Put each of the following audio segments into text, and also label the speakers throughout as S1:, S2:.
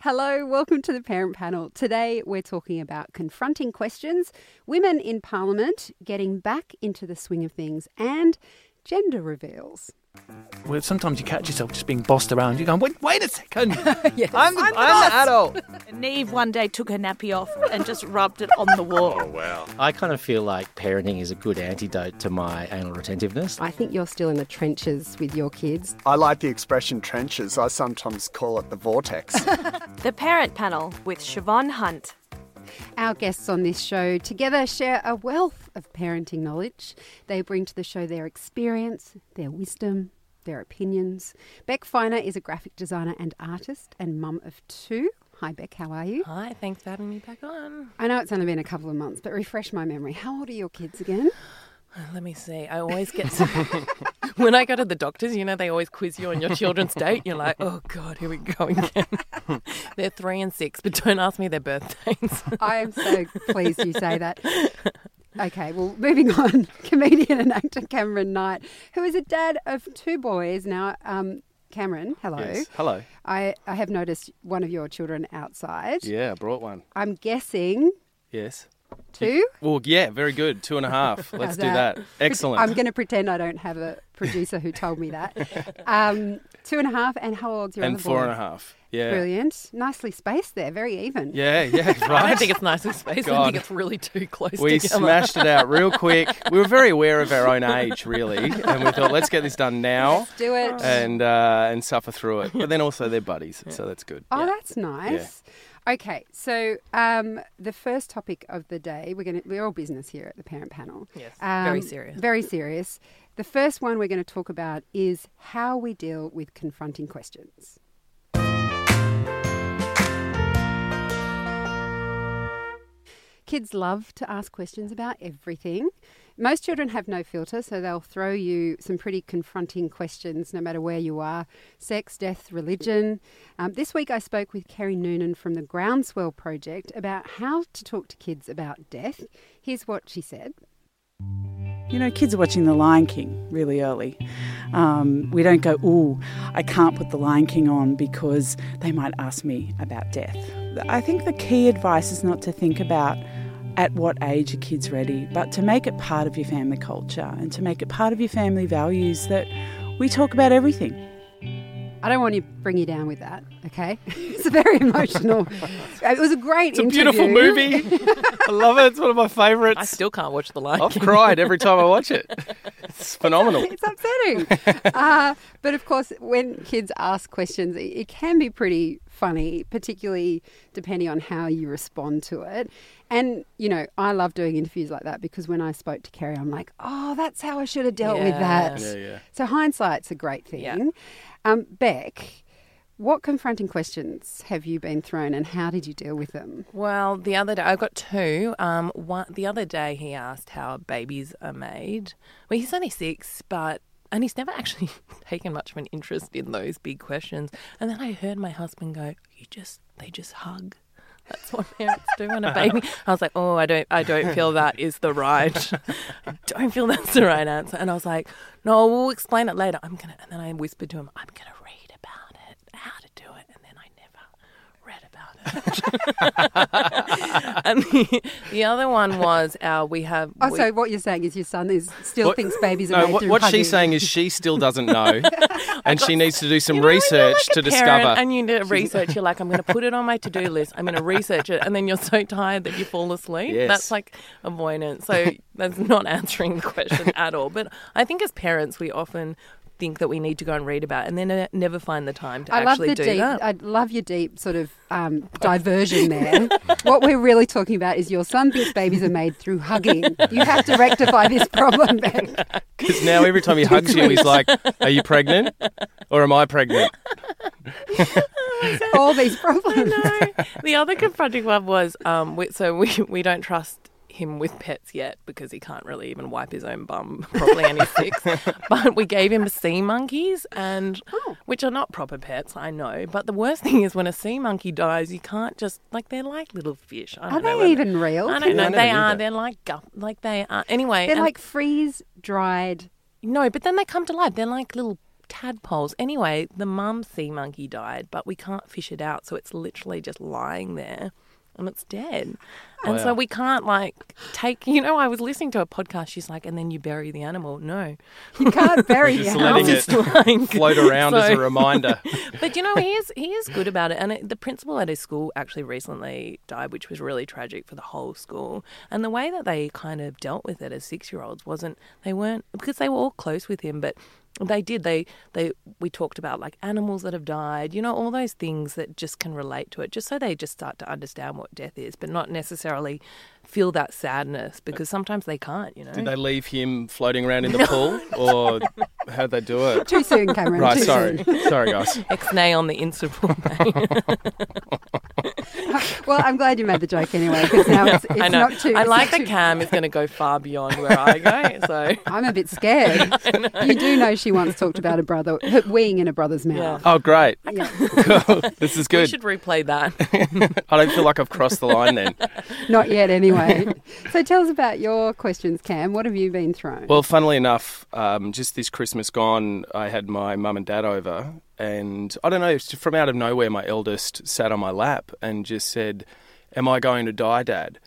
S1: Hello, welcome to the Parent Panel. Today we're talking about confronting questions, women in Parliament, getting back into the swing of things, and gender reveals.
S2: Well, sometimes you catch yourself just being bossed around. You're going, wait, wait a second.
S1: Yes.
S2: I'm, the, I'm, the adult.
S3: Neve one day took her nappy off and just rubbed it on the wall.
S4: I kind of feel like parenting is a good antidote to my anal retentiveness.
S1: I think you're still in the trenches with your kids.
S5: I like the expression trenches. I sometimes call it the vortex.
S6: The Parent Panel with Siobhan Hunt.
S1: Our guests on this show together share a wealth of parenting knowledge. They bring to the show their experience, their wisdom, their opinions. Beck Finer is a graphic designer and artist and mum of two. Hi, Beck, how are you?
S7: Hi, thanks for having me back on.
S1: I know it's only been a couple of months, but refresh my memory. How old are your kids again?
S7: Let me see. I always get so- when I go to the doctors. You know, they always quiz you on your children's date. You're like, oh god, here we go again. They're three and six, but don't ask me their birthdays.
S1: I am so pleased you say that. Okay, well, moving on. Comedian and actor Cameron Knight, who is a dad of two boys now. Um, Cameron, hello.
S8: Yes. Hello.
S1: I, I have noticed one of your children outside.
S8: Yeah, I brought one.
S1: I'm guessing
S8: Yes.
S1: two.
S8: Well, yeah, very good. Two and a half. Let's
S1: How's
S8: do that. Excellent.
S1: I'm going to pretend I don't have a producer who told me that. Um, two and a half, and how old's your
S8: and
S1: other
S8: four
S1: boy?
S8: and a half. Yeah.
S1: Brilliant. Nicely spaced there. Very even.
S8: Yeah, yeah, right.
S7: I don't think it's nicely spaced. I
S8: God.
S7: think it's really too close
S8: we
S7: together.
S8: smashed it out real quick. We were very aware of our own age, really, and we thought, let's get this done now
S1: Do it.
S8: and uh, and suffer through it. But then also they're buddies, so that's good.
S1: Oh, that's nice. Okay, so um, the first topic of the day, we're going to we're all business here at the parent panel.
S7: Yes,
S1: Um,
S7: very serious.
S1: Very serious. The first one we're going to talk about is how we deal with confronting questions. Kids love to ask questions about everything. Most children have no filter, so they'll throw you some pretty confronting questions no matter where you are sex, death, religion. Um, this week I spoke with Kerry Noonan from the Groundswell Project about how to talk to kids about death. Here's what she said.
S9: You know, kids are watching The Lion King really early. Um, we don't go, ooh, I can't put The Lion King on because they might ask me about death. I think the key advice is not to think about at what age a kid's ready, but to make it part of your family culture and to make it part of your family values that we talk about everything.
S1: I don't want to bring you down with that, okay? It's a very emotional. uh, it was a great
S8: It's a beautiful movie. I love it. It's one of my
S7: I
S8: favourites.
S7: still can't watch the light.
S8: I've cried every time I watch it. It's phenomenal.
S1: It's upsetting. uh, but of course, when kids ask questions, it, it can be pretty funny, particularly depending on how you respond to it. And, you know, I love doing interviews like that because when I spoke to Kerry, I'm like, oh, that's how I should have dealt with that.
S7: Yeah.
S8: yeah.
S1: So hindsight's a great thing.
S7: Yeah.
S1: Um, Beck, what confronting questions have you been thrown and how did you deal with them?
S7: Well, the other day I got two. Um, one the other day he asked how babies are made. Well, he's only six, but and he's never actually taken much of an interest in those big questions. And then I heard my husband go, "You just they just hug." That's what parents do on a baby. I was like, "Oh, I don't, I don't feel that is the right. I don't feel that's the right answer." And I was like, "No, we'll explain it later." I'm gonna. And then I whispered to him, "I'm gonna read about it, how to do it." And then I never read about it and the, the other one was our we have
S1: Oh,
S7: we-
S1: so what you're saying is your son is still
S8: What-
S1: thinks babies are
S8: No,
S1: made
S8: what,
S1: through
S8: what
S1: hugging.
S8: she's saying is she still doesn't know, and she needs to do some
S7: You know, when you're
S8: research
S7: like
S8: to
S7: a parent
S8: discover.
S7: And you need to research. You're like, I'm going to put it on my to do list. I'm going to research it, and then you're so tired that you fall asleep.
S8: Yes.
S7: That's like avoidance. So that's not answering the question at all. But I think as parents, we often think that we need to go and read about, it and then uh, never find the time to
S1: I love
S7: actually
S1: the
S7: do
S1: deep.
S7: that.
S1: I love your deep sort of um, diversion there. what we're really talking about is your son thinks babies are made through hugging. You have to rectify this problem, Ben.
S8: Because now every time he hugs you, he's like, "Are you pregnant? Or am I pregnant?"
S1: All these problems.
S7: no. The other confronting one was um, we, so we, we don't trust him with pets yet because he can't really even wipe his own bum properly and he's six. But we gave him sea monkeys and
S1: Oh.
S7: which are not proper pets, I know. But the worst thing is when a sea monkey dies, you can't just like they're like little fish. I
S1: Are
S7: don't know
S1: they
S7: whether-
S1: even real?
S7: I don't know.
S8: I never
S7: they
S8: knew
S7: are.
S8: that.
S7: They're like guff- like they are. Anyway,
S1: They're
S7: and-
S1: like freeze dried.
S7: no, but then they come to life. They're like little tadpoles. Anyway, the mum sea monkey died, but we can't fish it out, so it's literally just lying there and it's dead. And so we can't like take, you know, I was listening to a podcast, she's like, and then you bury the animal. No.
S1: You can't bury the
S8: Just
S1: animal.
S8: letting it
S7: Like,
S8: float around as a
S7: so-
S8: reminder.
S7: but you know, he is he is good about it. And it, the principal at his school actually recently died, which was really tragic for the whole school. And the way that they kind of dealt with it as six year olds wasn't they weren't because they were all close with him, but they did they they we talked about like animals that have died you know all those things that just can relate to it just so they just start to understand what death is but not necessarily feel that sadness because sometimes they can't you know
S8: Did they leave him floating around in the pool, or how'd they do it?
S1: Too soon, Cameron.
S8: Right,
S1: too
S8: sorry,
S1: soon.
S8: sorry, guys.
S7: ex-nay on the inseparable
S1: Well, I'm glad you made the joke anyway, because now it's, it's
S7: I know.
S1: not too.
S7: I
S1: it's not
S7: like that
S1: too-
S7: Cam is going to go far beyond where I go. So
S1: I'm a bit scared. you do know she once talked about a brother her weeing in a brother's mouth.
S8: Oh, great.
S1: Yeah.
S8: Cool. This is
S7: we
S8: good.
S7: should replay that.
S8: I don't feel like I've crossed the line then.
S1: Not yet, anyway. so tell us about your questions, Cam. What have you been thrown?
S8: Well, funnily enough, um, just this Christmas gone, I had my mum and dad over, and I don't know, it's from out of nowhere, my eldest sat on my lap and just said, "Am I going to die, Dad?"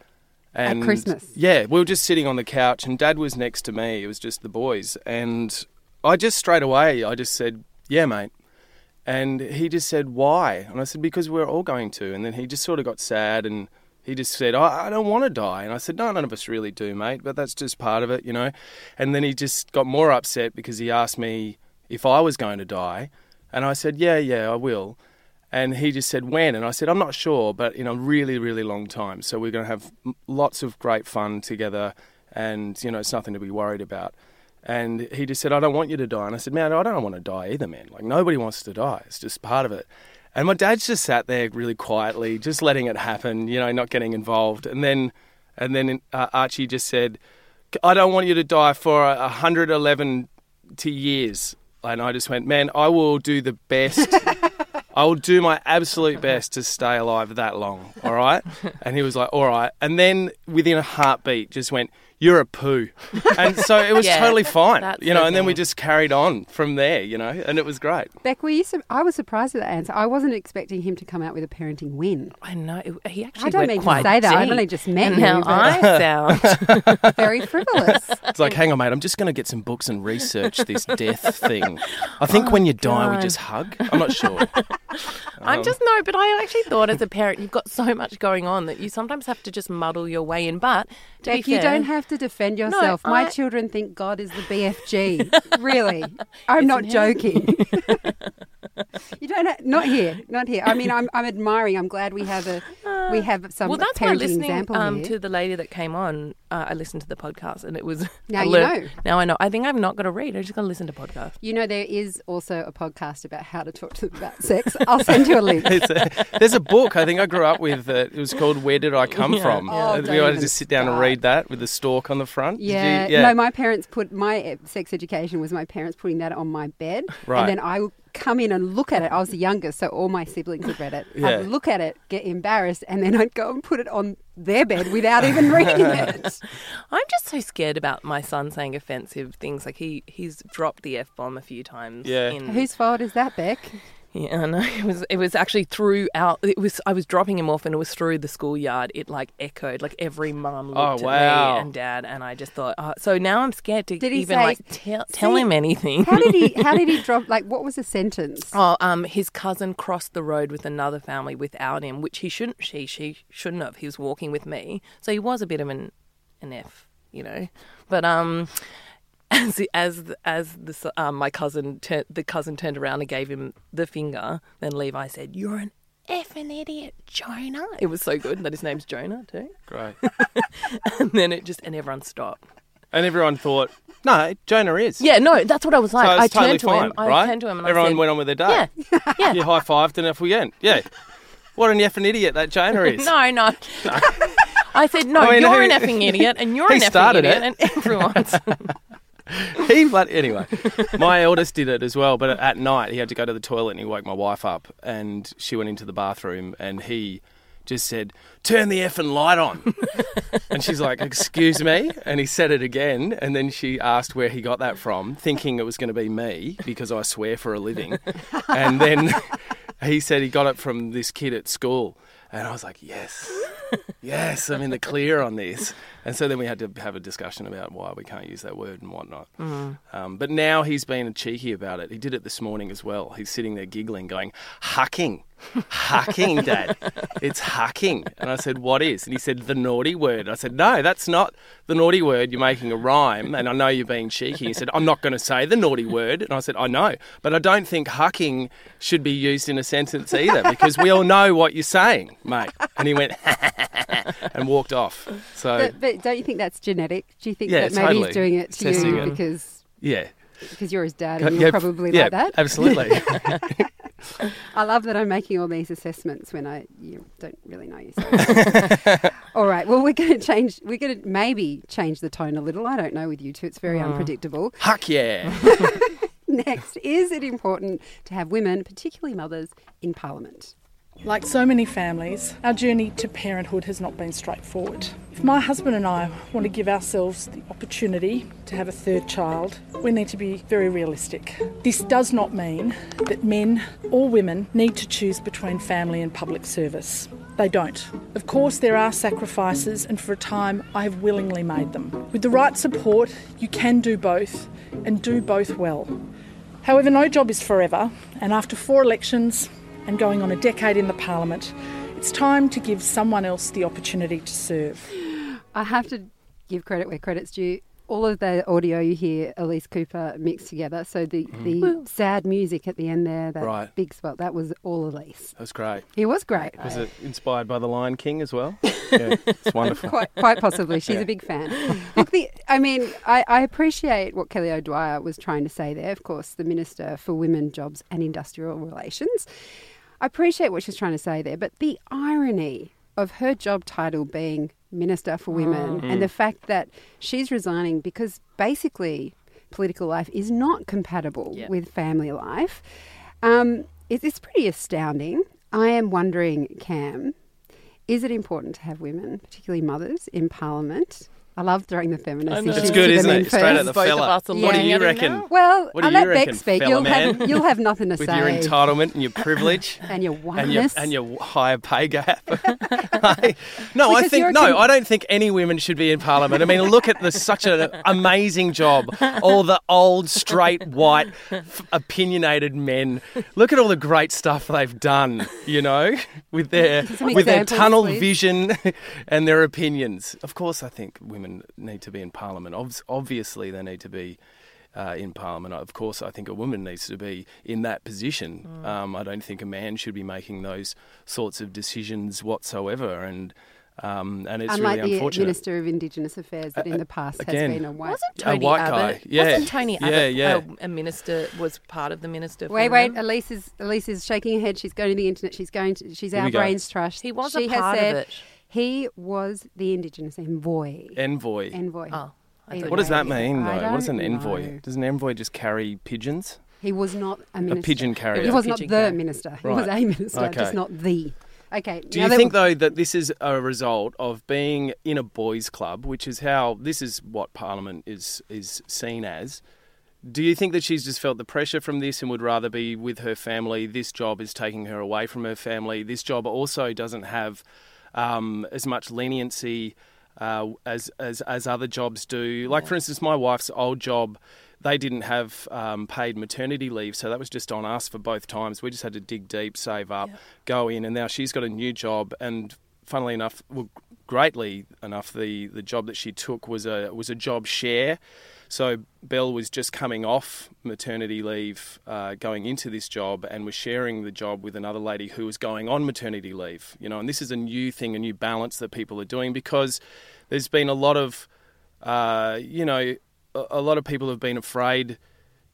S8: And
S1: Christmas?
S8: yeah, we were just sitting on the couch, and Dad was next to me. It was just the boys, and I just straight away, I just said, "Yeah, mate." And he just said, Why? And I said, Because we're all going to. And then he just sort of got sad and he just said, I, I don't want to die. And I said, No, none of us really do, mate, but that's just part of it, you know? And then he just got more upset because he asked me if I was going to die. And I said, Yeah, yeah, I will. And he just said, When? And I said, I'm not sure, but in a really, really long time. So we're going to have m- lots of great fun together and, you know, it's nothing to be worried about. And he just said, I don't want you to die. And I said, Man, I don't want to die either, man. Like, nobody wants to die. It's just part of it. And my dad's just sat there really quietly, just letting it happen, you know, not getting involved. And then, and then uh, Archie just said, I don't want you to die for a 111 to years. And I just went, Man, I will do the best. I will do my absolute best to stay alive that long. All right. And he was like, All right. And then within a heartbeat, just went, You're a poo. And so it was
S7: Yeah.
S8: totally fine,
S7: That's
S8: you know.
S7: the
S8: And then we
S7: thing.
S8: just carried on from there, you know, and it was great.
S1: Beck, were you sur- I was surprised at that answer. I wasn't expecting him to come out with a parenting win.
S7: I know it- he actually.
S1: I don't
S7: went
S1: mean to
S7: quite
S1: say that. I've
S7: deep.
S1: only just met
S7: and
S1: you,
S7: Now
S1: but-
S7: I sound.
S1: Very frivolous.
S8: It's like, hang on, mate. I'm just going to get some books and research this death thing. I think
S1: Oh
S8: when you die, we
S7: God.
S8: just hug. I'm not sure. Um,
S7: I'm just no, but I actually thought as a parent, you've got so much going on that you sometimes have to just muddle your way in. But to
S1: Beck,
S7: be
S1: you
S7: fair-
S1: don't have to defend yourself. My
S7: I-
S1: children think God is the BFG. really, I'm not
S7: it?
S1: joking. you don't. Ha- not here. Not here. I mean, I'm, I'm admiring. I'm glad we have a we have some
S7: Uh, well, that's why
S1: parenting
S7: listening
S1: example
S7: um,
S1: here.
S7: to the lady that came on, uh, I listened to the podcast and it was.
S1: Now
S7: I
S1: you
S7: learned-
S1: know.
S7: Now I know. I think I'm not going to read. I'm just going to listen to podcasts.
S1: you know, there is also a podcast about how to talk to them about sex. I'll send you a link.
S8: It's a- there's a book I think I grew up with. Uh, it was called "Where Did I Come From?"
S1: Oh,
S8: And
S1: don't
S8: we had
S1: even
S8: to sit down and
S1: start.
S8: read that with the stork on the front. Did you-
S1: Yeah. No, my parents put my uh, sex education was my parents putting that on my bed,
S8: Right.
S1: and then I would come in and look at it. I was the youngest, so all my siblings had read it.
S8: Yeah.
S1: I'd look at it, get embarrassed, and then I'd go and put it on their bed without even reading it.
S7: I'm just so scared about my son saying offensive things. Like he he's dropped the f bomb a few times.
S8: Yeah.
S7: In,
S1: Whose fault is that, Beck?
S7: Yeah, I know. It was it was actually throughout. It was I was dropping him off, and it was through the schoolyard. It like echoed, like every mum looked
S8: Oh,
S7: at
S8: wow.
S7: me and dad, and I just thought. Oh, so now I'm scared to
S1: Did he
S7: even
S1: say-
S7: like tell tell
S1: See,
S7: him anything.
S1: How did he? How did he drop? Like, what was the sentence?
S7: Oh, um, his cousin crossed the road with another family without him, which he shouldn't. She she shouldn't have. He was walking with me, so he was a bit of an an f, you know. But um, as as as the, s- um, my cousin tur- the cousin turned around and gave him the finger, then Levi said, "You're an effing idiot, Jonah." It was so good that his name's Jonah too.
S8: Great.
S7: And then it just and everyone stopped.
S8: And everyone thought, "No, Jonah is."
S7: Yeah, no, that's what I was like.
S8: So
S7: I
S8: it's totally
S7: turned to
S8: fine,
S7: him.
S8: right?
S7: I turned to him and
S8: Everyone
S7: I said,
S8: went on with their day.
S7: Yeah, yeah.
S8: You high fived and off we went. Yeah. What an effing idiot that Jonah is.
S7: No, no. I said, no,
S8: I mean,
S7: you're
S8: who-
S7: an effing idiot, and you're
S8: He
S7: an effing
S8: started
S7: idiot,
S8: it.
S7: and everyone's.
S8: he but anyway my eldest did it as well but at night he had to go to the toilet and he woke my wife up and she went into the bathroom and he just said, Turn the effing light on. and she's like, Excuse me? And he said it again. And then she asked where he got that from, thinking it was going to be me because I swear for a living. And then he said he got it from this kid at school. And I was like, Yes, yes, I'm in the clear on this. And so then we had to have a discussion about why we can't use that word and whatnot. Um, but now he's been cheeky about it. He did it this morning as well. He's sitting there giggling, going, Hucking. Hucking, Dad. It's hucking. And I said, What is? And he said, The naughty word. I said, No, that's not the naughty word. You're making a rhyme. And I know you're being cheeky. He said, I'm not going to say the naughty word. And I said, I know. But I don't think hucking should be used in a sentence either because we all know what you're saying, mate. And he went, and walked off. So,
S1: But, but don't you think that's genetic? Do you think
S8: Yeah,
S1: that maybe
S8: totally.
S1: he's doing it to
S8: Testing
S1: you
S8: it.
S1: because
S8: yeah.
S1: because you're his dad and you're
S8: Yeah,
S1: probably
S8: yeah,
S1: like that?
S8: Absolutely.
S1: I love that I'm making all these assessments when I you don't really know you. so- all right. Well, we're going to change. We're going to maybe change the tone a little. I don't know with you two. It's
S8: Hmm.
S1: very unpredictable.
S8: Huck yeah.
S1: Next, is it important to have women, particularly mothers, in Parliament?
S10: Like so many families, our journey to parenthood has not been straightforward. If my husband and I want to give ourselves the opportunity to have a third child, we need to be very realistic. This does not mean that men or women need to choose between family and public service. They don't. Of course, there are sacrifices, and for a time, I have willingly made them. With the right support, you can do both and do both well. However, no job is forever, and after four elections and going on a decade in the Parliament, it's time to give someone else the opportunity to serve.
S1: I have to give credit where credit's due. All of the audio you hear Elise Cooper mixed together. So the, the sad music at the end there, that
S8: Hmm. Right.
S1: big spot, that was all Elise.
S8: That was great.
S1: He was great.
S8: Was it inspired by The Lion King as well? yeah, it's wonderful.
S1: quite, quite possibly. She's a big fan. Look, the, I mean, I, I appreciate what Kelly O'Dwyer was trying to say there. Of course, the Minister for Women, Jobs and Industrial Relations. I appreciate what she's trying to say there, but the irony of her job title being Minister for Women and the fact that she's resigning because basically political life is not compatible with family life. Um, it, it's pretty astounding. I am wondering, Cam, is it important to have women, particularly mothers, in Parliament? I love throwing the feminist issues
S8: It's good,
S1: to
S8: isn't
S1: them in
S8: it? Straight at the
S1: first.
S7: Both of
S8: fella.
S7: us are
S8: What do
S1: looking
S8: you
S1: at him
S8: reckon?
S1: Well,
S8: What do
S1: I'll
S8: you
S1: let
S8: reckon,
S1: Beck speak.
S8: fella
S1: You'll have,
S8: man?
S1: you'll have nothing to
S8: With
S1: say.
S8: your entitlement and your privilege
S1: and your
S8: and your
S1: oneness.
S8: and your higher pay gap. no, I
S1: Because you're
S8: think no,
S1: con-
S8: I don't think any women should be in Parliament. I mean, look at the such an amazing job. All the old, straight, white, f- opinionated men. Look at all the great stuff they've done. You know, with their
S1: Some
S8: with their
S1: examples,
S8: tunnel
S1: please.
S8: vision and their opinions. Of course, I think women need to be in Parliament. Obs obviously, they need to be uh, in Parliament. Of course, I think a woman needs to be in that position.
S1: Mm.
S8: Um, I don't think a man should be making those sorts of decisions whatsoever. And um, and it's
S1: Unlike
S8: really
S1: the
S8: unfortunate. Uh,
S1: Minister of Indigenous Affairs that in the past
S8: again,
S1: has been a white.
S7: Wasn't
S8: A
S7: Tony
S8: white
S7: Abbott?
S8: guy, yeah.
S7: Wasn't Tony
S8: Yeah,
S7: Abbott
S8: yeah.
S7: A, a minister? Was part of the minister? For
S1: Wait, wait.
S8: uh,
S7: women?
S1: Elise is Elise is shaking her head. She's going to the internet. She's going. To, she's
S8: Here
S1: our
S8: we go.
S1: brains trust.
S7: He was a
S1: She
S7: part
S1: has
S7: of
S1: said
S7: it.
S1: He was the Indigenous envoy.
S8: envoy.
S1: envoy.
S7: Oh, I
S1: Either
S7: thought
S8: what does that
S1: way,
S8: mean,
S1: I
S8: though? What is
S1: don't
S8: an envoy?
S1: know.
S8: Does an envoy just carry pigeons?
S1: He was not a minister.
S8: pigeon carrier.
S1: He was not the
S7: Pigeon carrier.
S1: minister. He
S8: Right.
S1: was a minister, just
S8: Okay.
S1: not the. Okay.
S8: Do
S1: now
S8: you
S1: that
S8: think,
S1: we-
S8: though, that this is a result of being in a boys' club, which is how this is what Parliament is is seen as? Do you think that she's just felt the pressure from this and would rather be with her family? This job is taking her away from her family. This job also doesn't have um, as much leniency uh, as, as as other jobs do. Like, for instance, my wife's old job. They didn't have um, paid maternity leave, so that was just on us for both times. We just had to dig deep, save up, go in, and now she's got a new job. And funnily enough, well, greatly enough, the, the job that she took was a was a job share. So Belle was just coming off maternity leave, uh, going into this job, and was sharing the job with another lady who was going on maternity leave. You know, and this is a new thing, a new balance that people are doing because there's been a lot of, uh, you know, a, a lot of people have been afraid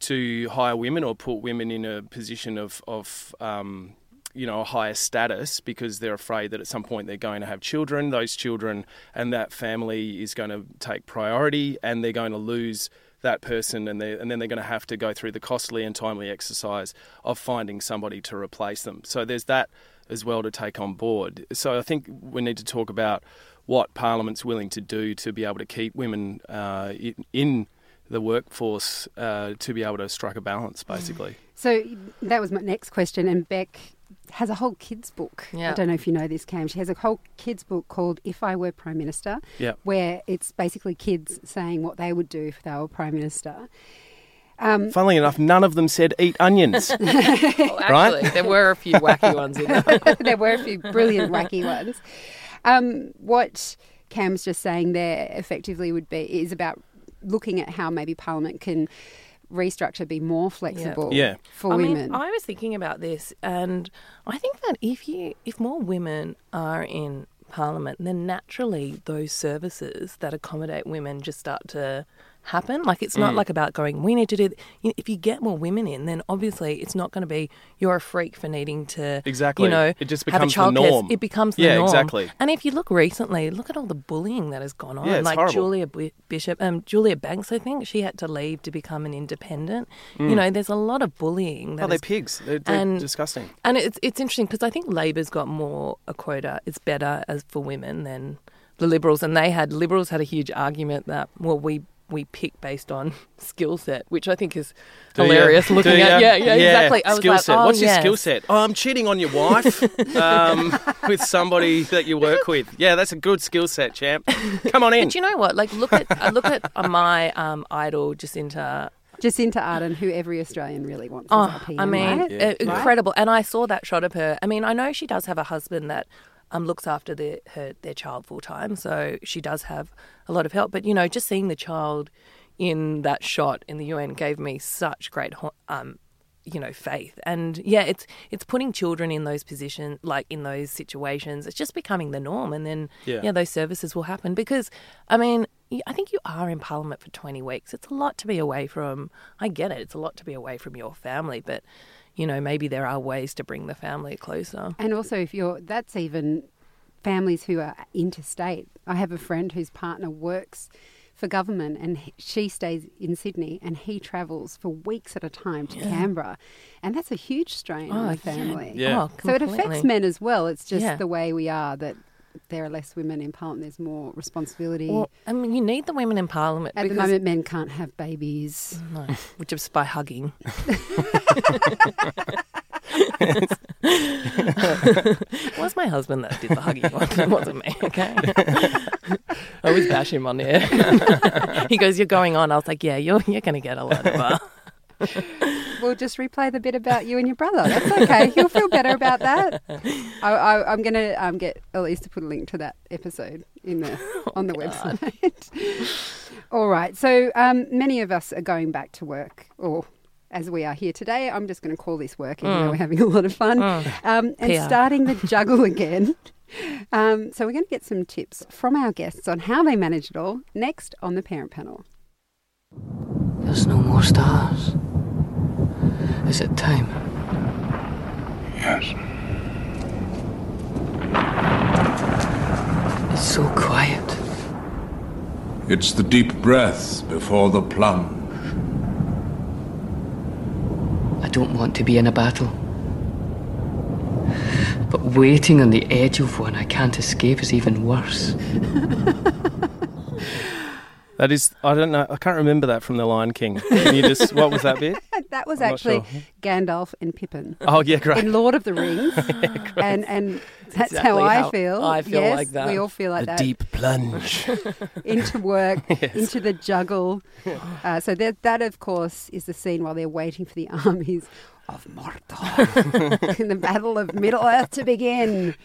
S8: to hire women or put women in a position of of um, you know a higher status because they're afraid that at some point they're going to have children those children and that family is going to take priority and they're going to lose that person and they and then they're going to have to go through the costly and timely exercise of finding somebody to replace them so there's that as well to take on board. So I think we need to talk about what Parliament's willing to do to be able to keep women uh, i- in the workforce uh, to be able to strike a balance, basically.
S1: So that was my next question. And Beck has a whole kids book.
S7: Yeah.
S1: I don't know if you know this, Cam. She has a whole kids book called "If I Were Prime Minister,"
S8: Yeah.
S1: where it's basically kids saying what they would do if they were prime minister. Um,
S8: Funnily enough, none of them said eat onions.
S7: Oh, actually, there were a few wacky ones in there.
S1: there were a few brilliant wacky ones. Um, what Cam's just saying there effectively would be is about looking at how maybe Parliament can restructure, be more flexible
S8: Yeah.
S1: for
S7: I
S1: women.
S7: Mean, I was thinking about this, and I think that if you if more women are in parliament, then naturally those services that accommodate women just start to happen. Like it's
S8: Mm.
S7: not like about going, we need to do. Th-. You- If you get more women in, then obviously it's not going to be you're a freak for needing to
S8: Exactly.
S7: You know,
S8: It just
S7: have a
S8: becomes the
S7: childcare.
S8: norm.
S7: It becomes the
S8: Yeah,
S7: norm.
S8: exactly.
S7: And if you look recently, look at all the bullying that has gone on.
S8: Yeah, it's
S7: like
S8: horrible.
S7: Julia B- Bishop, um, Julia Banks, I think she had to leave to become an independent.
S8: Mm.
S7: You know, there's a lot of bullying.
S8: Oh,
S7: that
S8: they're
S7: is-
S8: pigs. They're, they're
S7: and-
S8: disgusting.
S7: and it's it's interesting because I think Labor's got more a quota. It's better as for women than the Liberals, and they had Liberals had a huge argument that well we we pick based on skill set, which I think is
S8: Do ya?
S7: hilarious.
S8: Do
S7: Looking at yeah
S8: ya?
S7: yeah, exactly. I was
S8: skill
S7: like,
S8: set.
S7: oh,
S8: What's your
S7: yes.
S8: skill set? Oh, I'm cheating on your wife um, with somebody that you work with. Yeah, that's a good skill set, champ. Come on in.
S7: But you know what? Like look at I look at uh, my um, idol Jacinta
S1: Jacinta Arden, who every Australian really wants as
S7: Oh,
S1: our PM,
S7: I mean,
S1: right?
S7: uh, incredible. And I saw that shot of her. I mean, I know she does have a husband that um, looks after their, her, their child full time, so she does have a lot of help. But, you know, just seeing the child in that shot in the UN gave me such great, ho- um, you know, faith. And yeah, it's it's putting children in those positions, like in those situations. It's just becoming the norm. And then,
S8: Yeah.
S7: yeah those services will happen because I mean y- I think you are in Parliament for 20 weeks. It's a lot to be away from. I get it. It's a lot to be away from your family, but you know maybe there are ways to bring the family closer.
S1: And also, if you're, that's even families who are interstate. I have a friend whose partner works for government and he- she stays in Sydney and he travels for weeks at a time to Canberra. And that's a huge strain on a family.
S8: Yeah.
S7: Oh,
S1: So it
S7: completely.
S1: affects men as well. It's just
S7: Yeah.
S1: the way we are that there are less women in parliament, there's more responsibility.
S7: Well, I mean, you need the women in Parliament
S1: at the
S7: because,
S1: moment, men can't have babies.
S7: No, which is by hugging. it was my husband that did the hugging one. It wasn't me. Okay. I always bash him on there. he goes, "You're going on." I was like, "Yeah, you're you're going to get a lot of." Uh,
S1: We'll just replay the bit about you and your brother. That's okay. You'll feel better about that. I, I, I'm going to um, get Elise to put a link to that episode in the
S8: Oh
S1: on the website. All right. So um, many of us are going back to work, or as we are here today, I'm just going to call this work, even
S8: Mm.
S1: though we're having a lot of fun, um, and
S7: PR.
S1: starting the juggle again. Um, so we're going to get some tips from our guests on how they manage it all next on the parent panel.
S11: There's no more stars. Is it time? Yes. It's so quiet.
S12: It's the deep breath before the plunge.
S11: I don't want to be in a battle. But waiting on the edge of one I can't escape is even worse.
S8: That is, I don't know, I can't remember that from The Lion King. Can you just, what was that bit?
S1: That was
S8: I'm not
S1: actually
S8: sure.
S1: Gandalf and Pippin.
S8: Oh, yeah, great.
S1: in Lord of the Rings, and and that's how
S7: Exactly
S1: I
S7: how
S1: feel.
S7: I feel
S1: yes,
S7: like that.
S1: We all feel like that.
S8: plunge.
S1: Into work, into the juggle. Uh, so that that of course is the scene while they're waiting for the armies of Mordor in the battle of Middle Earth to begin.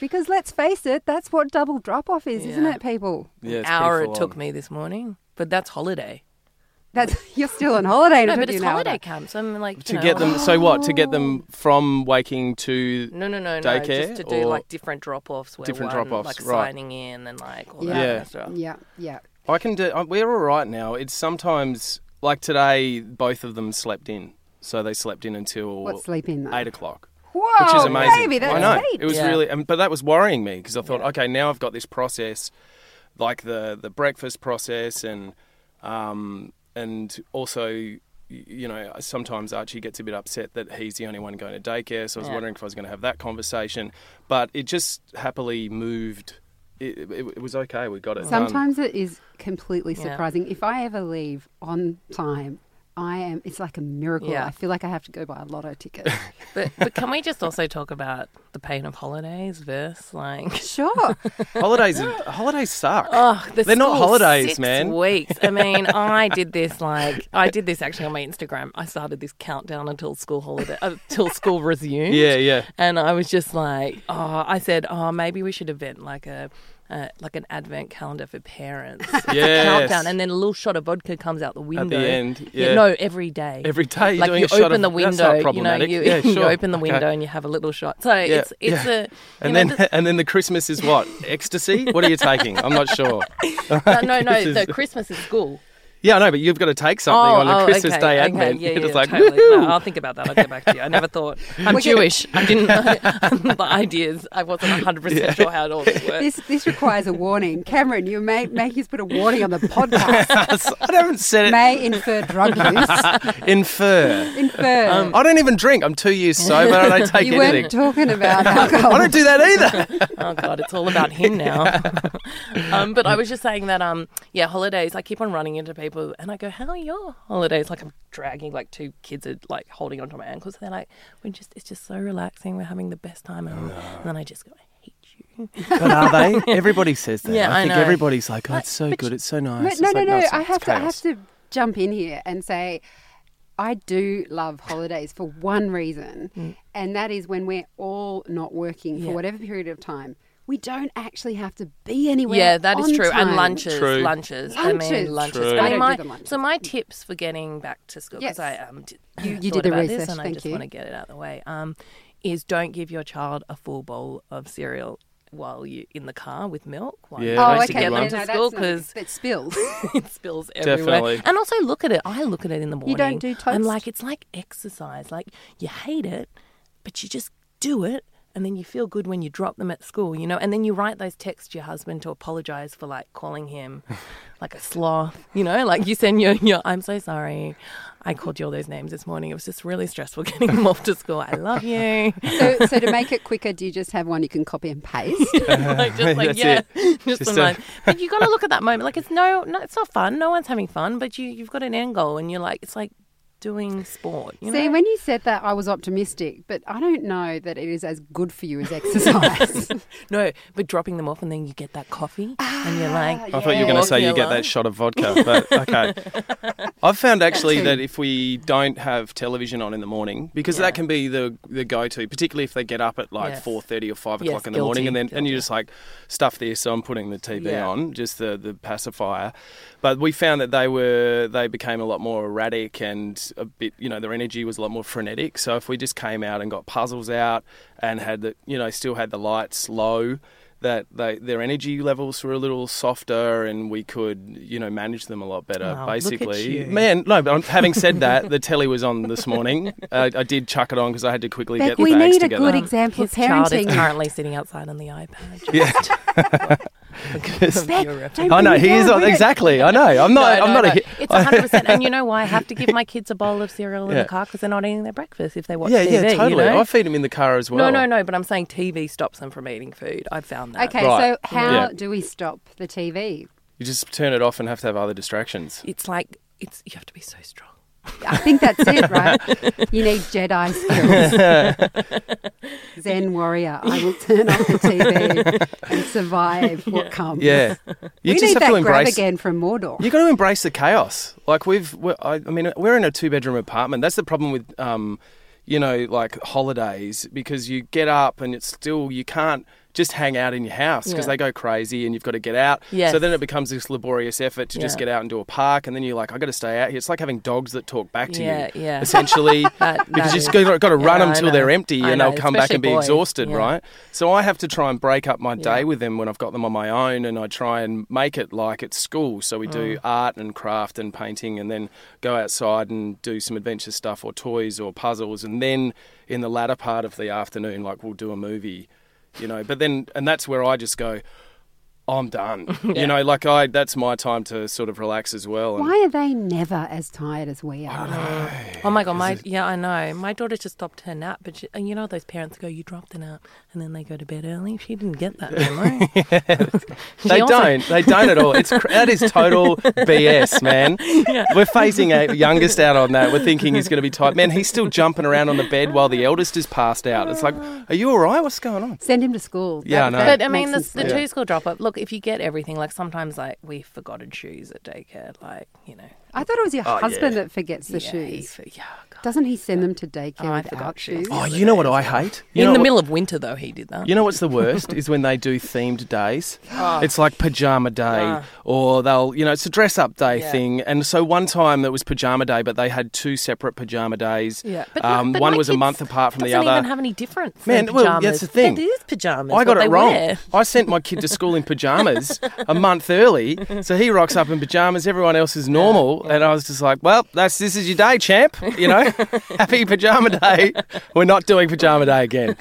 S1: Because let's face it, that's what double drop off is, isn't
S7: Yeah.
S1: it, people?
S8: Yeah, it's
S7: hour
S8: pretty
S7: it
S8: full
S7: took
S8: on.
S7: me this morning, but that's holiday.
S1: That's you're still on holiday. and
S7: No,
S1: it
S7: but
S1: took
S7: it's
S1: you an hour
S7: holiday camp. So I'm like you
S8: To
S7: know,
S8: get them, so what? To get them from waking to.
S7: No, no, no, no.
S8: Daycare
S7: just to do
S8: or-
S7: like different drop-offs. Where
S8: Different
S7: one,
S8: drop-offs,
S7: like
S8: right.
S7: signing in and like all that
S1: Yeah.
S7: kind of stuff.
S1: Yeah, yeah.
S8: I can do, I- we're all right now. It's sometimes, like today, both of them slept in. So they slept in until
S1: What's sleep in though?
S8: eight o'clock.
S1: Whoa,
S8: which is amazing.
S1: baby, Oh, that's
S8: I know
S1: late.
S8: it was
S7: Yeah.
S8: really, um, but that was worrying me because I thought, okay, now I've got this process, like the the breakfast process, and um, and also you know, sometimes Archie gets a bit upset that he's the only one going to daycare. So I was
S13: Yeah.
S8: wondering if I was going to have that conversation, but it just happily moved. It, it, it was okay. We got it. done.
S1: Sometimes it is completely
S8: um, Yeah.
S1: surprising. If I ever leave on time, I am. It's like a miracle.
S7: Yeah.
S1: I feel like I have to go buy a lotto ticket.
S7: But but can we just also talk about the pain of holidays versus like
S1: sure
S8: holidays, holidays suck.
S7: Oh, the
S8: They're not
S7: school
S8: holidays,
S7: six
S8: man.
S7: Weeks. I mean, I did this like I did this actually on my Instagram. I started this countdown until school holiday until school resumed.
S8: Yeah, yeah.
S7: And I was just like, oh, I said, oh, maybe we should invent like a. Uh, like an advent calendar for parents, It's a
S8: Yes.
S7: countdown, and then a little shot of vodka comes out the window
S8: end, yeah.
S7: no, every day,
S8: Every day you're
S7: Like
S8: doing
S7: you
S8: a shot
S7: open
S8: of-
S7: the
S8: that's
S7: window,
S8: not
S7: you know,
S8: problematic.
S7: you,
S8: Yeah,
S7: you
S8: sure.
S7: open the
S8: Okay.
S7: window and you have a little shot. So
S8: Yeah,
S7: it's it's
S8: yeah.
S7: a you
S8: and
S7: know,
S8: then and then the Christmas is what ecstasy. What are you taking? I'm not sure.
S7: No, no, no.
S8: This is-
S7: The Christmas is school.
S8: yeah, I know, but you've got to take something
S7: Oh,
S8: on a
S7: oh,
S8: Christmas
S7: okay,
S8: Day
S7: okay,
S8: advent.
S7: yeah,
S8: You're just
S7: yeah,
S8: like,
S7: totally. No,
S8: "Woohoo!"
S7: I'll think about that. I'll get back to you. I never thought I'm
S1: We're gonna-
S7: Jewish. I didn't. I did. I wasn't 100
S1: Yeah.
S7: percent sure how it all worked.
S1: this this requires a warning, Cameron. You may make us put a warning on the podcast.
S8: I haven't said it.
S1: May infer drug use.
S8: Infer.
S1: Infer.
S7: Um,
S8: Um, I don't even drink. I'm two years sober. I don't take
S1: you
S8: anything.
S1: weren't talking about alcohol.
S8: I don't do that either.
S7: oh god, it's all about him now. um, but I was just saying that um, yeah, holidays. I keep on running into people, and I go, "How are your holidays?" Like I'm dragging like two kids are like holding onto my ankles. They're like, "We're just it's just so relaxing. We're having the best time." And, and then I just go,
S8: But are they? Everybody says that.
S7: Yeah,
S8: I
S7: I
S8: think
S7: know.
S8: everybody's like, oh, it's so good. It's so nice. It's
S1: no, no,
S8: like,
S1: no.
S8: it's-
S1: I
S8: it's
S1: have to. I have
S8: chaos.
S1: to jump in here and say, I do love holidays for one reason, and that is when we're all not working for
S7: Mm. Yeah.
S1: whatever period of time. We don't actually have to be anywhere.
S7: Yeah, that is
S1: on
S7: true.
S1: time.
S7: And lunches, lunches, I mean,
S1: Lunches.
S7: lunches.
S1: True.
S7: I
S1: I don't do
S7: my-
S1: the lunches.
S7: So my tips for getting back to school because
S1: Yes.
S7: I um d-
S1: You- you did
S7: thought
S1: the
S7: about
S1: research,
S7: this and I
S1: thank
S7: just
S1: you.
S7: want to get it out of the way. Um, is don't give your child a full bowl of cereal while you in the car with milk while
S1: Yeah,
S7: you're
S1: Oh,
S7: trying
S1: okay,
S7: to get
S1: no,
S7: them
S1: no,
S7: to
S1: that's
S7: school
S1: not-
S7: because
S1: it spills.
S7: it spills everywhere.
S1: Definitely.
S7: And also look at it. I look at it in the morning.
S1: You don't do
S7: I'm
S1: toast?
S7: like it's like exercise. Like you hate it, but you just do it and then you feel good when you drop them at school, you know? And then you write those texts to your husband to apologize for like calling him like a sloth, you know? Like you send your, your I'm so sorry. I called you all those names this morning. It was just really stressful getting them off to school. I love you.
S1: so, so to make it quicker, do you just have one you can copy and paste?
S7: like just like
S1: That's
S7: yeah,
S1: it.
S7: just,
S1: Just
S7: a
S1: a-
S7: line. But you got to look at that moment. Like it's no, no, it's not fun. No one's having fun, but you you've got an end goal, and you're like it's like doing sport. You
S1: See,
S7: know?
S1: when you said that, I was optimistic, but I don't know that it is as good for you as exercise.
S7: no, but dropping them off and then you get that coffee, and
S1: Ah,
S7: you're like,
S8: I thought you
S13: Oh,
S8: were going to say you get that shot of vodka, but okay. I've found actually that if we don't have television on in the morning, because that can be the the go to, particularly if they get up at like
S13: Yes.
S8: four thirty or five
S13: Yes,
S8: o'clock in the morning,
S13: guilty,
S8: and then and you just like stuff this. So I'm putting the TV
S13: Yeah.
S8: on, just the the pacifier. But we found that they were they became a lot more erratic and a bit, you know, their energy was a lot more frenetic. So if we just came out and got puzzles out and had the you know still had the lights low that they, their energy levels were a little softer and we could, you know, manage them a lot better,
S13: Oh, look at
S8: basically.
S13: you.
S8: Man, no, but I'm- having said that, the telly was on this morning. Uh, I did chuck it on because I had to quickly
S1: Beck,
S8: get the
S1: we
S8: bags
S1: need a
S8: together.
S1: good example of
S7: Um, His child is
S1: parenting.
S7: currently sitting outside on the iPad.
S8: Yeah.
S7: Beck, don't bring
S8: I know,
S7: it
S8: Oh, he is
S7: down,
S8: on,
S7: bring it-
S8: exactly. I know. I'm not,
S7: No, no,
S8: I'm not a
S7: no.
S8: hit.
S7: It's 100. percent And you know why? I have to give my kids a bowl of cereal in
S8: Yeah.
S7: the car because they're not eating their breakfast if they watch
S8: yeah,
S7: TV.
S8: yeah, totally.
S7: You know?
S8: I feed him in the car as
S7: No,
S8: well.
S7: no, no. But I'm saying TV stops them from eating food. I've found that.
S1: Okay,
S8: Right.
S1: so how
S8: Yeah.
S1: do we stop the TV?
S8: You just turn it off and have to have other distractions.
S7: It's like it's you have to be so strong.
S1: I think that's it, right? You need Jedi skills. Zen warrior. I will turn off the TV and survive what comes.
S8: Yeah.
S1: You
S8: You
S1: we
S8: just
S1: need
S8: have
S1: that
S8: to
S1: grab
S8: embrace-
S1: again from Mordor.
S8: You got to embrace the chaos. Like we've, we're, I, I mean, we're in a two-bedroom apartment. That's the problem with, um, you know, like holidays because you get up and it's still you can't just hang out in your house because
S13: Yeah.
S8: they go crazy and you've got to get out.
S13: Yes.
S8: So then it becomes this laborious effort to just
S13: Yeah.
S8: get out into a park, and then you're like, I got to stay out here. It's like having dogs that talk back to
S7: Yeah,
S8: you,
S7: yeah.
S8: essentially,
S7: That-
S8: because
S7: that
S8: you just
S7: is-
S8: got, got to run
S7: Yeah,
S8: them
S7: I
S8: till
S7: know.
S8: they're empty,
S7: I
S8: and
S7: know,
S8: they'll come back
S7: especially
S8: and be
S7: boys.
S8: exhausted,
S7: Yeah.
S8: right? So I have to try and break up my day with them when I've got them on my own, and I try and make it like it's school. So we do
S13: Mm.
S8: art and craft and painting, and then go outside and do some adventure stuff or toys or puzzles, and then in the latter part of the afternoon, like we'll do a movie, you know. But then, and that's where I just go. I'm done.
S1: Yeah.
S8: You know, like I that's my time to sort of relax as well. And
S1: Why are they never as tired as we are?
S7: Oh my god, my yeah, I know. My daughter just stopped her nap, but she, and you know those parents go, "You dropped the nap," and then they go to bed early. She didn't get that memo. She
S8: they
S7: also-
S8: don't. They don't at all. It's cr- that is total BS, man. We're phasing our youngest out on that. We're thinking he's going to be tight. Man, he's still jumping around on the bed while the eldest is passed out. It's like, are you all right? What's going on?
S1: Send him to school.
S8: Yeah, I know.
S7: But I mean, the,
S1: Makes
S7: the
S8: sense.
S7: two school drop up. Look, if you get everything, like sometimes, like we forgotten shoes at daycare, like you know.
S1: I thought it was your
S7: Oh, yeah.
S1: husband that forgets the
S7: Yeah, he
S1: shoes. Doesn't he send them to daycare
S7: Oh, I
S1: without
S7: forgot
S1: shoes?
S7: shoes.
S8: Oh, you know what I hate? You
S7: In
S8: know
S7: the
S8: what-
S7: middle of winter, though, he did that.
S8: You know what's the worst is when they do themed days.
S7: Ah.
S8: It's like pajama day,
S7: Ah.
S8: or they'll you know it's a dress up day
S7: Yeah.
S8: thing. And so one time it was pajama day, but they had two separate pajama days.
S7: Yeah, but my-
S8: um,
S7: but
S8: one
S7: my
S8: was a
S7: kids
S8: month apart from the
S7: doesn't
S8: other.
S7: even have any difference. than
S8: Man, well, that's
S7: pajamas.
S8: the thing.
S7: It is pajamas.
S8: I got
S7: what
S8: it
S7: they
S8: wrong.
S7: wear.
S8: I sent my kid to school in pajamas a month early, so he rocks up in pajamas. Everyone else is normal, and I was just like, "Well, that's this is your day, champ. You know, happy pajama day. We're not doing pajama day again."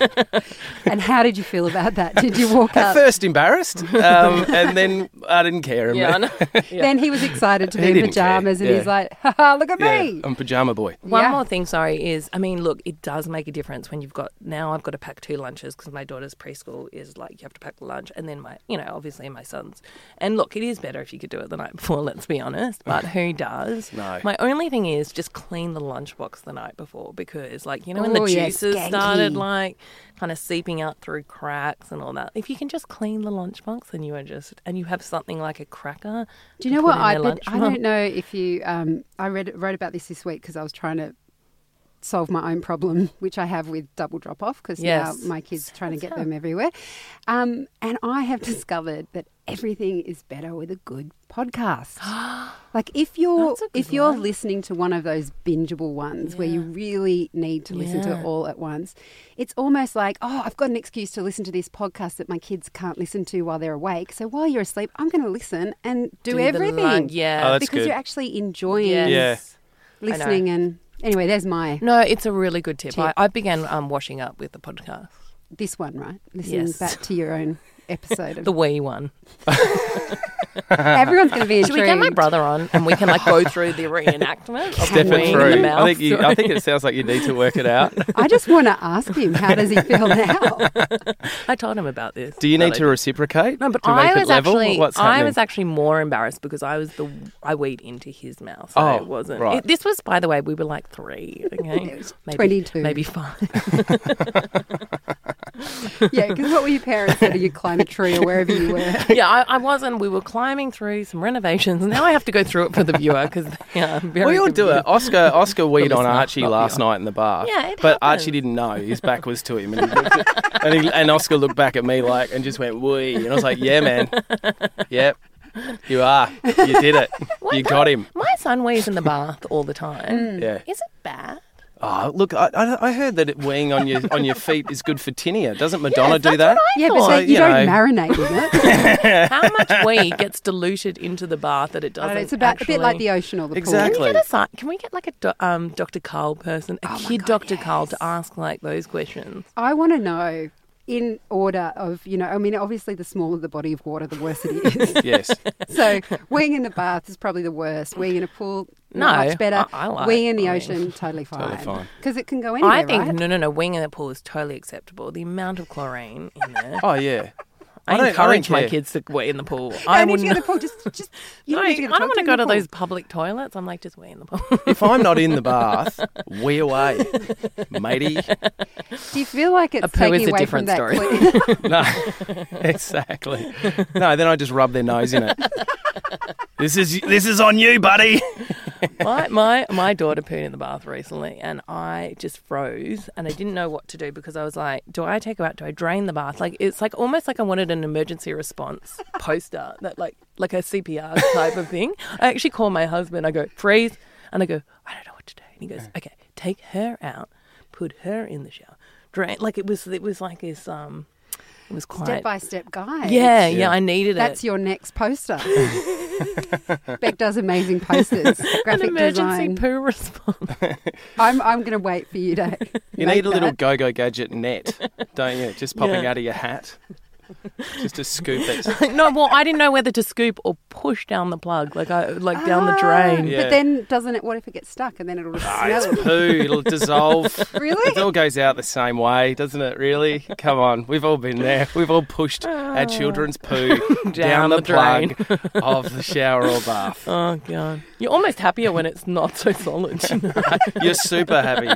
S1: And how did you feel about that? Did you walk
S8: At
S7: Uh,
S1: up?
S8: first, embarrassed, um, and then I didn't care. and-
S1: Yeah, I know. Then he was excited to
S8: He
S1: be in
S8: didn't care,
S1: pajamas, and
S8: yeah.
S1: he's like, "Haha, look at
S8: Yeah,
S1: me!"
S8: I'm pajama boy.
S7: One more thing, sorry, is I mean, look, it does make a difference when you've got now I've got to pack two lunches because my daughter's preschool is like you have to pack lunch and then my, you know, obviously my son's. And look, it is better if you could do it the night before, let's be honest, but who does?
S8: No.
S7: My only thing is just clean the lunchbox the night before because, like, you know, when the
S1: Oh, yeah,
S7: juices started,
S1: skanky.
S7: like, kind of seeping out through cracks and all that, if you can just clean the lunchbox and you are just, and you have something like a cracker.
S1: Do
S7: to
S1: you know
S7: put
S1: what
S7: in
S1: I?
S7: their
S1: But I
S7: lunchbox.
S1: don't know if you. Um, I read wrote about this this week because I was trying to solve my own problem, which I have with double drop off because
S7: Yes.
S1: now my kids trying to get
S7: how-
S1: them everywhere. Um, and I have discovered that everything is better with a good podcast. like if you're
S7: That's a good
S1: if you're
S7: one.
S1: listening to one of those bingeable ones where you really need to listen to
S7: Yeah.
S1: it all at once, it's almost like, oh, I've got an excuse to listen to this podcast that my kids can't listen to while they're awake. So while you're asleep, I'm going to listen and do,
S7: Do the
S1: everything.
S7: lun- yeah. Oh, that's
S1: because
S7: good.
S1: you're actually enjoying
S7: Yes. Yeah. I know.
S1: listening and anyway, there's my
S7: No, it's a really good tip.
S1: Tip.
S7: I, I began um, washing up with the podcast.
S1: this one, right? Listening
S7: Yes.
S1: back to your own episode of
S7: The wee one.
S1: Everyone's going to be
S7: Should we get my
S1: intrigued.
S7: brother on and we can like go through the reenactment? of
S8: Step
S7: the wee
S8: it
S7: in the
S8: through.
S7: mouth?
S8: I think you, I think it sounds like you need to work it out.
S1: I just want to ask him how does he feel now?
S7: I told him about this.
S8: Do you
S7: But
S8: need
S7: I-
S8: to reciprocate?
S7: No, but
S8: to
S7: I
S8: make
S7: was
S8: it level?
S7: actually
S8: What's
S7: I
S8: happening?
S7: was actually more embarrassed because I was the I weed into his mouth. So
S8: Oh,
S7: it wasn't.
S8: right.
S7: It, this was, by the way, we were like three. Okay, maybe
S1: 22.
S7: maybe five.
S1: yeah, because what were your parents said? You climb a tree or wherever you were.
S7: yeah, I, I wasn't. We were climbing through some renovations. Now I have to go through it for the viewer because they are very.
S8: we all do it.
S7: confused.
S8: Oscar Oscar weed on
S7: listener,
S8: Archie
S7: not
S8: last
S7: you.
S8: night in the bar.
S7: Yeah, it
S8: but
S7: happens.
S8: Archie didn't know. His back was to him, and, he looked at- and, he- and Oscar looked back at me like and just went wee, and I was like, "Yeah, man, yep, you are. You did it. you got him."
S7: My son wees in the bath all the time.
S8: Yeah.
S7: Is it bad?
S8: Oh, look, I, I I heard that it weeing on your on your feet is good for tinea. Doesn't Madonna do that?
S1: Yeah, but so
S8: Well,
S1: you, don't
S8: know.
S1: marinate in it.
S7: How much wee gets diluted into the bath that it
S1: I don't
S7: doesn't?
S1: know, it's about
S7: actually...
S1: a bit like the ocean or the Oh pool.
S7: Can we
S8: Exactly.
S7: get a si- Can we get like a do- um, Dr. Carl person, a kid Dr. Carl, to ask like those questions?
S1: I want to know in order of you know. I mean, obviously, the smaller the body of water, the worse it is.
S8: Yes.
S1: so weeing in the bath is probably the worst. Weeing in a pool, not
S7: No,
S1: much better.
S7: I- I like-
S1: weeing in the
S7: I mean-
S1: ocean, totally fine.
S8: fine.
S1: Because it can go anywhere.
S7: I think
S1: right?
S7: no, no, no. Wing in the pool is totally acceptable. The amount of chlorine in there.
S8: Oh yeah.
S7: I,
S8: don't- don't
S7: encourage my
S8: care.
S7: kids to wee in the pool.
S1: I
S7: I
S1: need to
S7: wouldn't.
S1: go to the pool. Just, just. You
S7: No,
S1: don't
S7: I
S1: need to
S7: don't
S1: go to the
S7: want
S1: toilet,
S7: to go to
S1: in the
S7: those
S1: pool.
S7: public toilets. I'm like, just wee in the pool.
S8: If I'm not in the bath, we away, matey.
S1: Do you feel like it's
S7: poo
S1: taking
S7: is a
S1: away
S7: different
S1: from
S7: story.
S1: that? clean-
S8: No, exactly. No, then I just rub their nose in it. This is this is on you, buddy.
S7: my, my my daughter pooed in the bath recently and I just froze and I didn't know what to do because I was like, do I take her out? Do I drain the bath? Like it's like almost like I wanted an emergency response poster that like like a CPR type of thing. I actually call my husband. I go freeze and I go, I don't know what to do. And he goes, okay, take her out, put her in the shower, drain. Like it was it was like this um, it was quite
S1: Step by step guide.
S7: yeah, yeah
S8: Yeah.
S7: I needed it.
S1: That's your next poster. Beck does amazing posters,
S7: an
S1: graphic
S7: emergency
S1: design.
S7: poo response.
S1: I'm, I'm going to wait for you to.
S8: You
S1: make
S8: need a little
S1: that.
S8: go-go gadget net, don't you? Just popping
S7: Yeah.
S8: out of your hat. just to scoop it.
S7: no, well, I didn't know whether to scoop or push down the plug, like I like down the drain.
S1: Ah. But then doesn't it? What if it gets stuck and then it'll just
S8: Ah, it's
S1: smell?
S8: poo. It'll dissolve.
S1: Really?
S8: It all goes out the same way, doesn't it? Really? Come on. We've all been there. We've all pushed our children's poo down,
S7: Down
S8: the,
S7: the drain.
S8: plug of the shower or bath.
S7: Oh god, you're almost happier when it's not so solid. you know?
S8: You're super happy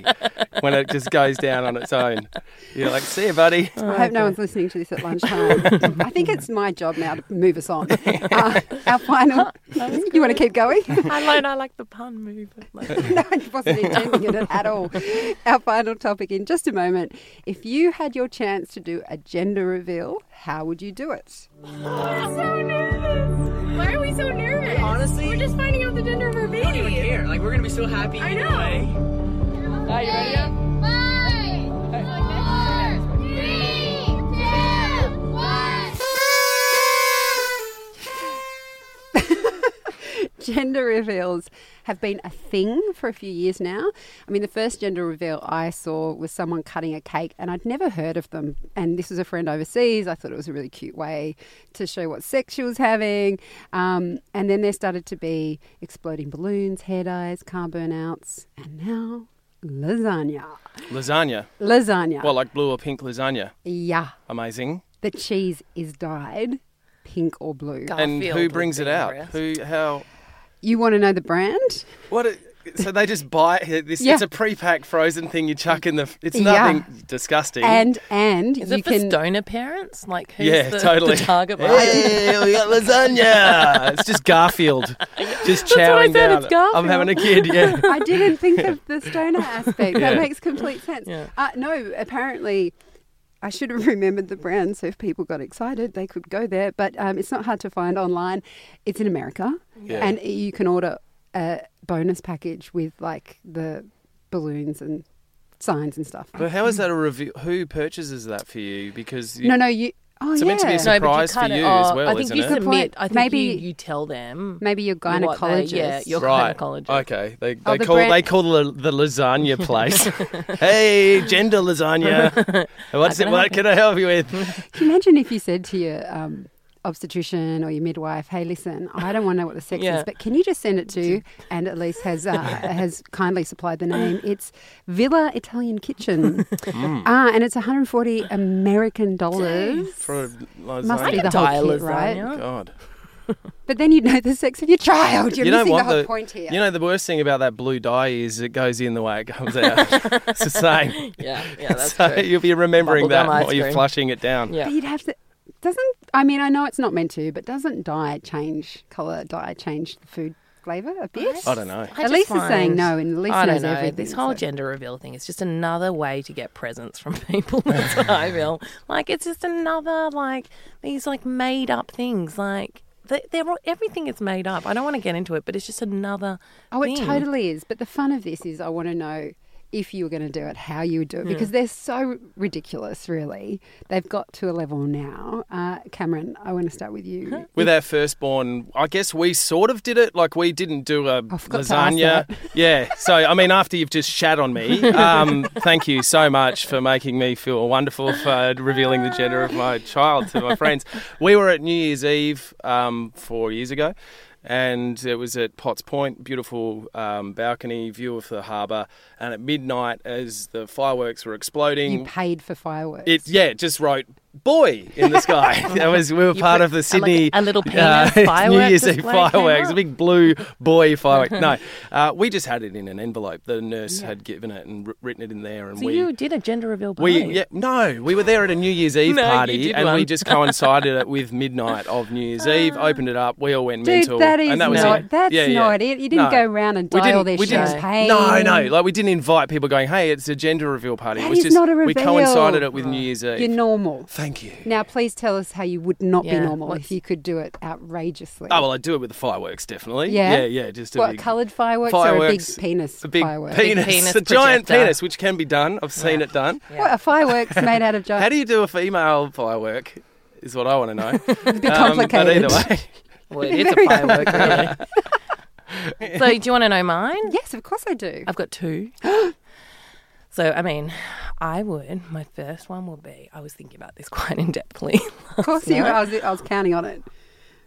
S8: when it just goes down on its own. You're like, see you, buddy.
S1: I hope no one's listening to this at lunchtime. I think it's my job now to move us on. Uh, our final. you want to keep going?
S7: I like I like the pun move.
S1: no, I wasn't intending it at all. Our final topic in just a moment. If you had your chance to do a gender reveal, how would you do it?
S13: Why are we so nervous? Honestly, we're just finding out the gender of our baby. I don't even care. Like we're gonna be so happy. I know. Are you ready?
S1: Gender reveals have been a thing for a few years now. I mean, the first gender reveal I saw was someone cutting a cake, and I'd never heard of them. And this was a friend overseas. I thought it was a really cute way to show what sex she was having. Um, and then there started to be exploding balloons, hair dyes, car burnouts, and now lasagna.
S8: Lasagna.
S1: Lasagna.
S8: Well, like blue or pink lasagna.
S1: Yeah.
S8: Amazing.
S1: The cheese is dyed pink or blue.
S8: and who brings it out? Who? How?
S1: You want to know the brand?
S8: What? A, so they just buy this.
S1: Yeah.
S8: It's a pre-packed frozen thing you chuck in the. It's
S1: Yeah.
S8: nothing disgusting.
S1: And and
S7: Is
S1: you
S7: it for
S1: can
S7: stoner parents? Like who's
S8: yeah,
S7: the,
S8: totally.
S7: the target market?
S8: hey, we got lasagna. it's just Garfield, just
S7: That's what I
S8: chowing
S7: said,
S8: down.
S7: it's Garfield.
S8: I'm having a kid. Yeah.
S1: I didn't think of the stoner aspect. That
S8: Yeah.
S1: makes complete sense.
S7: Yeah.
S1: Uh, no, apparently. I should have remembered the brand, so if people got excited, they could go there. But um, it's not hard to find online. It's in America,
S14: Yeah.
S1: and you can order a bonus package with like the balloons and signs and stuff.
S8: But how is that a review? Who purchases that for you? Because you,
S1: No, no, you. Oh,
S8: It's
S1: yeah.
S8: meant to be a No, but you surprise for
S7: kinda
S8: you
S7: are-
S8: as well,
S7: I think
S8: isn't
S7: you
S8: it?
S1: Good point.
S7: submit. I think
S1: Maybe-
S7: maybe you tell them.
S1: Maybe your
S7: what they-
S1: gynecologist.
S7: yeah, your
S8: right.
S7: gynecologist.
S8: Okay. They, they
S1: Oh, the
S8: call
S1: brand-
S8: they call the, the lasagna place. hey, gender lasagna. What's
S1: How
S8: it?
S1: can I help
S8: What can I help you with?
S1: Can you imagine if you said to your um, obstetrician or your midwife, "Hey, listen, I don't want to know what the sex
S7: Yeah.
S1: is, but can you just send it to?" And at least has uh, has kindly supplied the name. It's Villa Italian Kitchen, ah, and it's 140 American dollars.
S8: For a lasagna.
S1: Must be the whole kit, right?
S8: God.
S1: But then you know the sex of your child. You're missing the whole point here.
S8: You know the worst thing about that blue dye is it goes in the way it comes out. it's the same.
S7: Yeah, yeah, that's
S8: so
S7: true.
S8: you'll be remembering
S7: Bubblegum
S8: that
S7: ice
S8: while you're
S7: cream.
S8: flushing it down.
S1: But you'd have to. Doesn't I mean I know it's not meant to, but doesn't dye change color? Dye change the food flavor a bit?
S8: I don't know.
S7: I
S1: At
S7: just
S1: least it's saying
S7: find-
S1: no, and at least
S7: I
S1: knows
S7: don't know.
S1: everything.
S7: This whole
S1: so-
S7: gender reveal thing is just another way to get presents from people. That's what I feel. Like it's just another like these like made up things. Like they- they're all, everything is made up. I don't want to get into it, but it's just another.
S1: Oh, it
S7: thing.
S1: totally is. But the fun of this is I want to know if you were going to do it, how you would do it, because
S7: Hmm.
S1: they're so ridiculous, really. They've got to a level now. Uh, Cameron, I want to start with you.
S8: With our firstborn, I guess we sort of did it. Like we didn't do a
S1: forgot to ask
S8: lasagna.
S1: that.
S8: Yeah. So I mean, after you've just shat on me, um, thank you so much for making me feel wonderful for revealing the gender of my child to my friends. We were at New Year's Eve um, four years ago, and it was at Potts Point, beautiful um, balcony view of the harbour. And at midnight, as the fireworks were exploding,
S1: You paid for fireworks.
S8: it yeah, it just wrote boy in the sky. that was we were
S7: You
S8: part
S7: put
S8: of
S7: a-
S8: the Sydney uh,
S7: like a little penis firework
S8: New Year's Eve
S7: display came
S8: fireworks, a
S7: up.
S8: big blue boy firework. no, uh, we just had it in an envelope. The nurse had given it and wr- written it in there, and
S7: So
S8: we.
S7: you did a gender reveal
S8: we
S7: party.
S8: yeah no we were there at a New Year's Eve
S7: No, you
S8: party
S7: did
S8: and we
S7: one.
S8: just coincided it with midnight of New Year's Eve opened it up we all went
S1: Ah. Dude,
S8: mental
S1: that is
S8: and that was
S1: not.
S8: it.
S1: That's
S8: Yeah, yeah.
S1: not it. You didn't
S8: No.
S1: go around and
S8: We
S1: buy all their
S8: didn't- we didn't-
S1: champagne.
S8: No, no, like we didn't invite people going, "Hey, it's a gender reveal party."
S1: That
S8: it was
S1: is
S8: just
S1: not a
S8: we
S1: reveal.
S8: coincided it with New Year's Eve.
S1: You're normal.
S8: Thank you.
S1: Now, please tell us how you would not be
S7: Yeah,
S1: normal
S7: what's-
S1: if you could do it outrageously.
S8: Oh well, I do it with the fireworks, definitely.
S1: Yeah?
S8: yeah, yeah. Just a
S1: what
S8: big
S1: coloured fireworks,
S8: fireworks,
S1: or a big penis?
S8: a big
S1: firework?
S8: penis,
S7: penis
S8: a giant
S7: projector.
S8: penis, which can be done. I've seen it done.
S1: What, a fireworks made out of giant.
S8: How do you do a female firework? Is what I want to know. it's
S1: bit
S8: um, but either
S1: complicated.
S8: way,
S7: Well, it is a firework, really. so, do you want to know mine?
S1: Yes, of course I do.
S7: I've got two. so, I mean, I would. My first one will be. I was thinking about this quite in depthly
S1: Of course you were. I was, I was counting on it.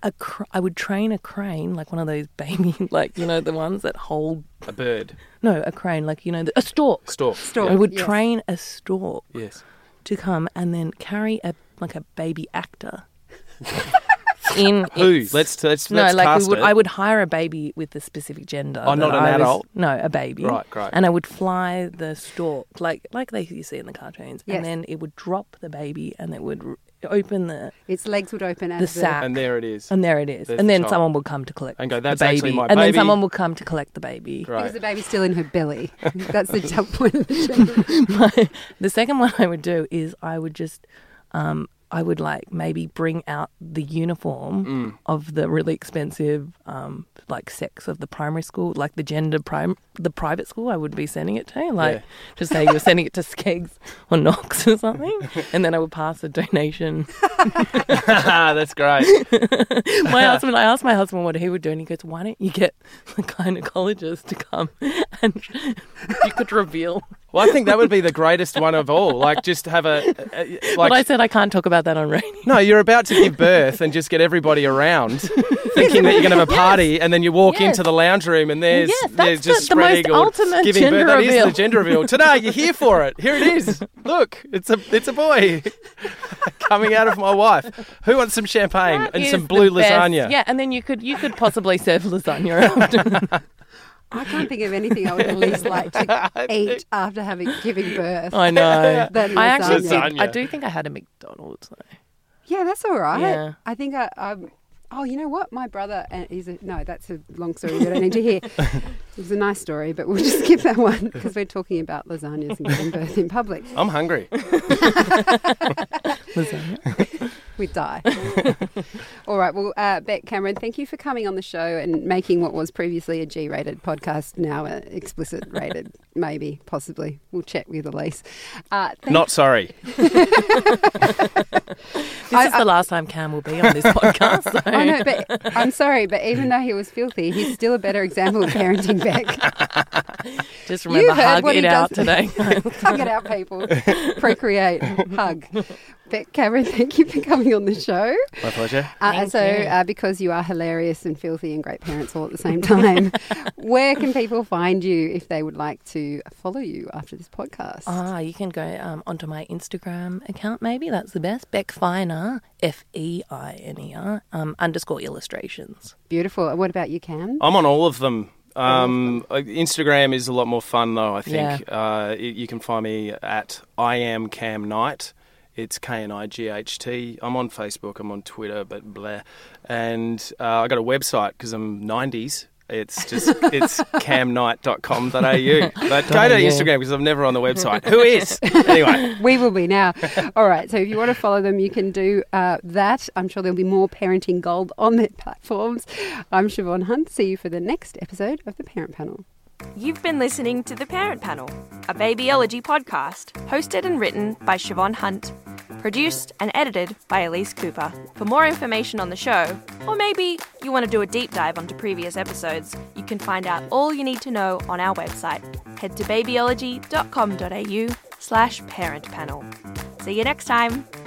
S7: A cr- I would train a crane, like one of those baby, like, you know, the ones that hold.
S8: A bird.
S7: No, a crane, like, you know, the, a stork.
S8: Stork.
S1: Stork,
S7: I would
S1: yes.
S7: train a stork
S8: Yes.
S7: to come and then carry a like a baby actor. in
S8: Who?
S7: its-
S8: Let's- let's-
S7: no,
S8: let's
S7: like we
S8: cast
S7: would,
S8: it.
S7: I would hire a baby with a specific gender.
S8: Oh, not
S7: that
S8: an
S7: I was-
S8: adult?
S7: no, a baby.
S8: Right, great.
S7: And I would fly the stork like like they you see in the cartoons,
S1: Yes.
S7: and then it would drop the baby, and it would r- open the
S1: Its legs would open as
S7: the sack,
S8: And there it is.
S7: and there it is,
S8: There's
S7: and
S8: the
S7: then
S8: child.
S7: someone would come to collect
S8: And go,
S7: the
S8: "That's
S7: baby,
S8: actually my
S7: and then
S8: baby."
S7: someone will come to collect the baby.
S1: Because the baby's still in her belly. That's the jump point. Of the show.
S7: my, the second one I would do is I would just, um, I would like maybe bring out the uniform
S8: Mm.
S7: of the really expensive, um, like sex of the primary school, like the gender prime, the private school I would be sending it to, like
S8: Yeah.
S7: just say you're sending it to Skeggs or Knox or something, and then I would pass a donation.
S8: That's great.
S7: my husband, I asked my husband what he would do, and he goes, "Why don't you get the gynecologist to come and you could reveal."
S8: Well, I think that would be the greatest one of all. Like, just have a. a- a- like,
S7: but I said I can't talk about that on radio.
S8: no, you're about to give birth and just get everybody around thinking that you're going to have a party, and then you walk
S7: Yes.
S8: into the lounge room and there's,
S7: Yes, that's
S8: there's just
S7: the- the
S8: spread
S7: most
S8: eagle
S7: ultimate
S8: giving
S7: gender
S8: birth. That is
S7: reveal.
S8: the gender reveal. Today, you're here for it. Here it is. Look, it's a it's a boy coming out of my wife. Who wants some champagne
S7: That
S8: and
S7: is
S8: some blue
S7: the best.
S8: lasagna?
S7: Yeah, and then you could you could possibly serve lasagna after.
S1: I can't think of anything I would at least like to eat after having giving birth.
S7: I know.
S1: Than
S7: I actually
S1: lasagna.
S7: did, I do think I had a McDonald's. Though.
S1: Yeah, that's all right.
S7: Yeah.
S1: I think I, i Oh, you know what? My brother uh, is a. No, that's a long story we don't need to hear. it was a nice story, but we'll just skip that one because we're talking about lasagnas and giving birth in public.
S8: I'm hungry.
S1: We die. all right. Well, uh, Beck Cameron, thank you for coming on the show and making what was previously a G rated podcast now uh, explicit rated, maybe, possibly. We'll check with Elise. Uh, thank-
S8: Not sorry.
S7: This is the last time Cam will be on this podcast. So.
S1: I know, but I'm sorry, but even though he was filthy, he's still a better example of parenting Beck.
S7: Just
S1: You
S7: remember,
S1: heard
S7: hug
S1: what
S7: it
S1: he
S7: out
S1: does.
S7: today.
S1: hug it out, people. Procreate, hug. Beck Cameron, thank you for coming on the show.
S8: My pleasure.
S1: Uh, so, uh, because you are hilarious and filthy and great parents all at the same time, where can people find you if they would like to follow you after this podcast?
S7: Ah, you can go um, onto my Instagram account. Maybe that's the best. Beck Feiner, F E I N E R um, underscore illustrations.
S1: Beautiful. And What about you, Cam?
S8: I'm on Mm-hmm. all of them. Um, uh, Instagram is a lot more fun though. I think uh, y- you can find me at I am Cam Knight. It's K N I G H T. I'm on Facebook. I'm on Twitter, but blah. And uh, I got a website because I'm 90s. It's just it's camknight.com.au. But go to
S7: .au.
S8: Instagram because I'm never on the website. Who is anyway?
S1: We will be now. All right. So if you want to follow them, you can do uh, that. I'm sure there'll be more parenting gold on their platforms. I'm Siobhan Hunt. See you for the next episode of the Parent Panel.
S6: You've been listening to The Parent Panel, a babyology podcast hosted and written by Siobhan Hunt, produced and edited by Elise Cooper. For more information on the show, or maybe you want to do a deep dive onto previous episodes, you can find out all you need to know on our website. Head to babyology.com.au slash parent panel. See you next time.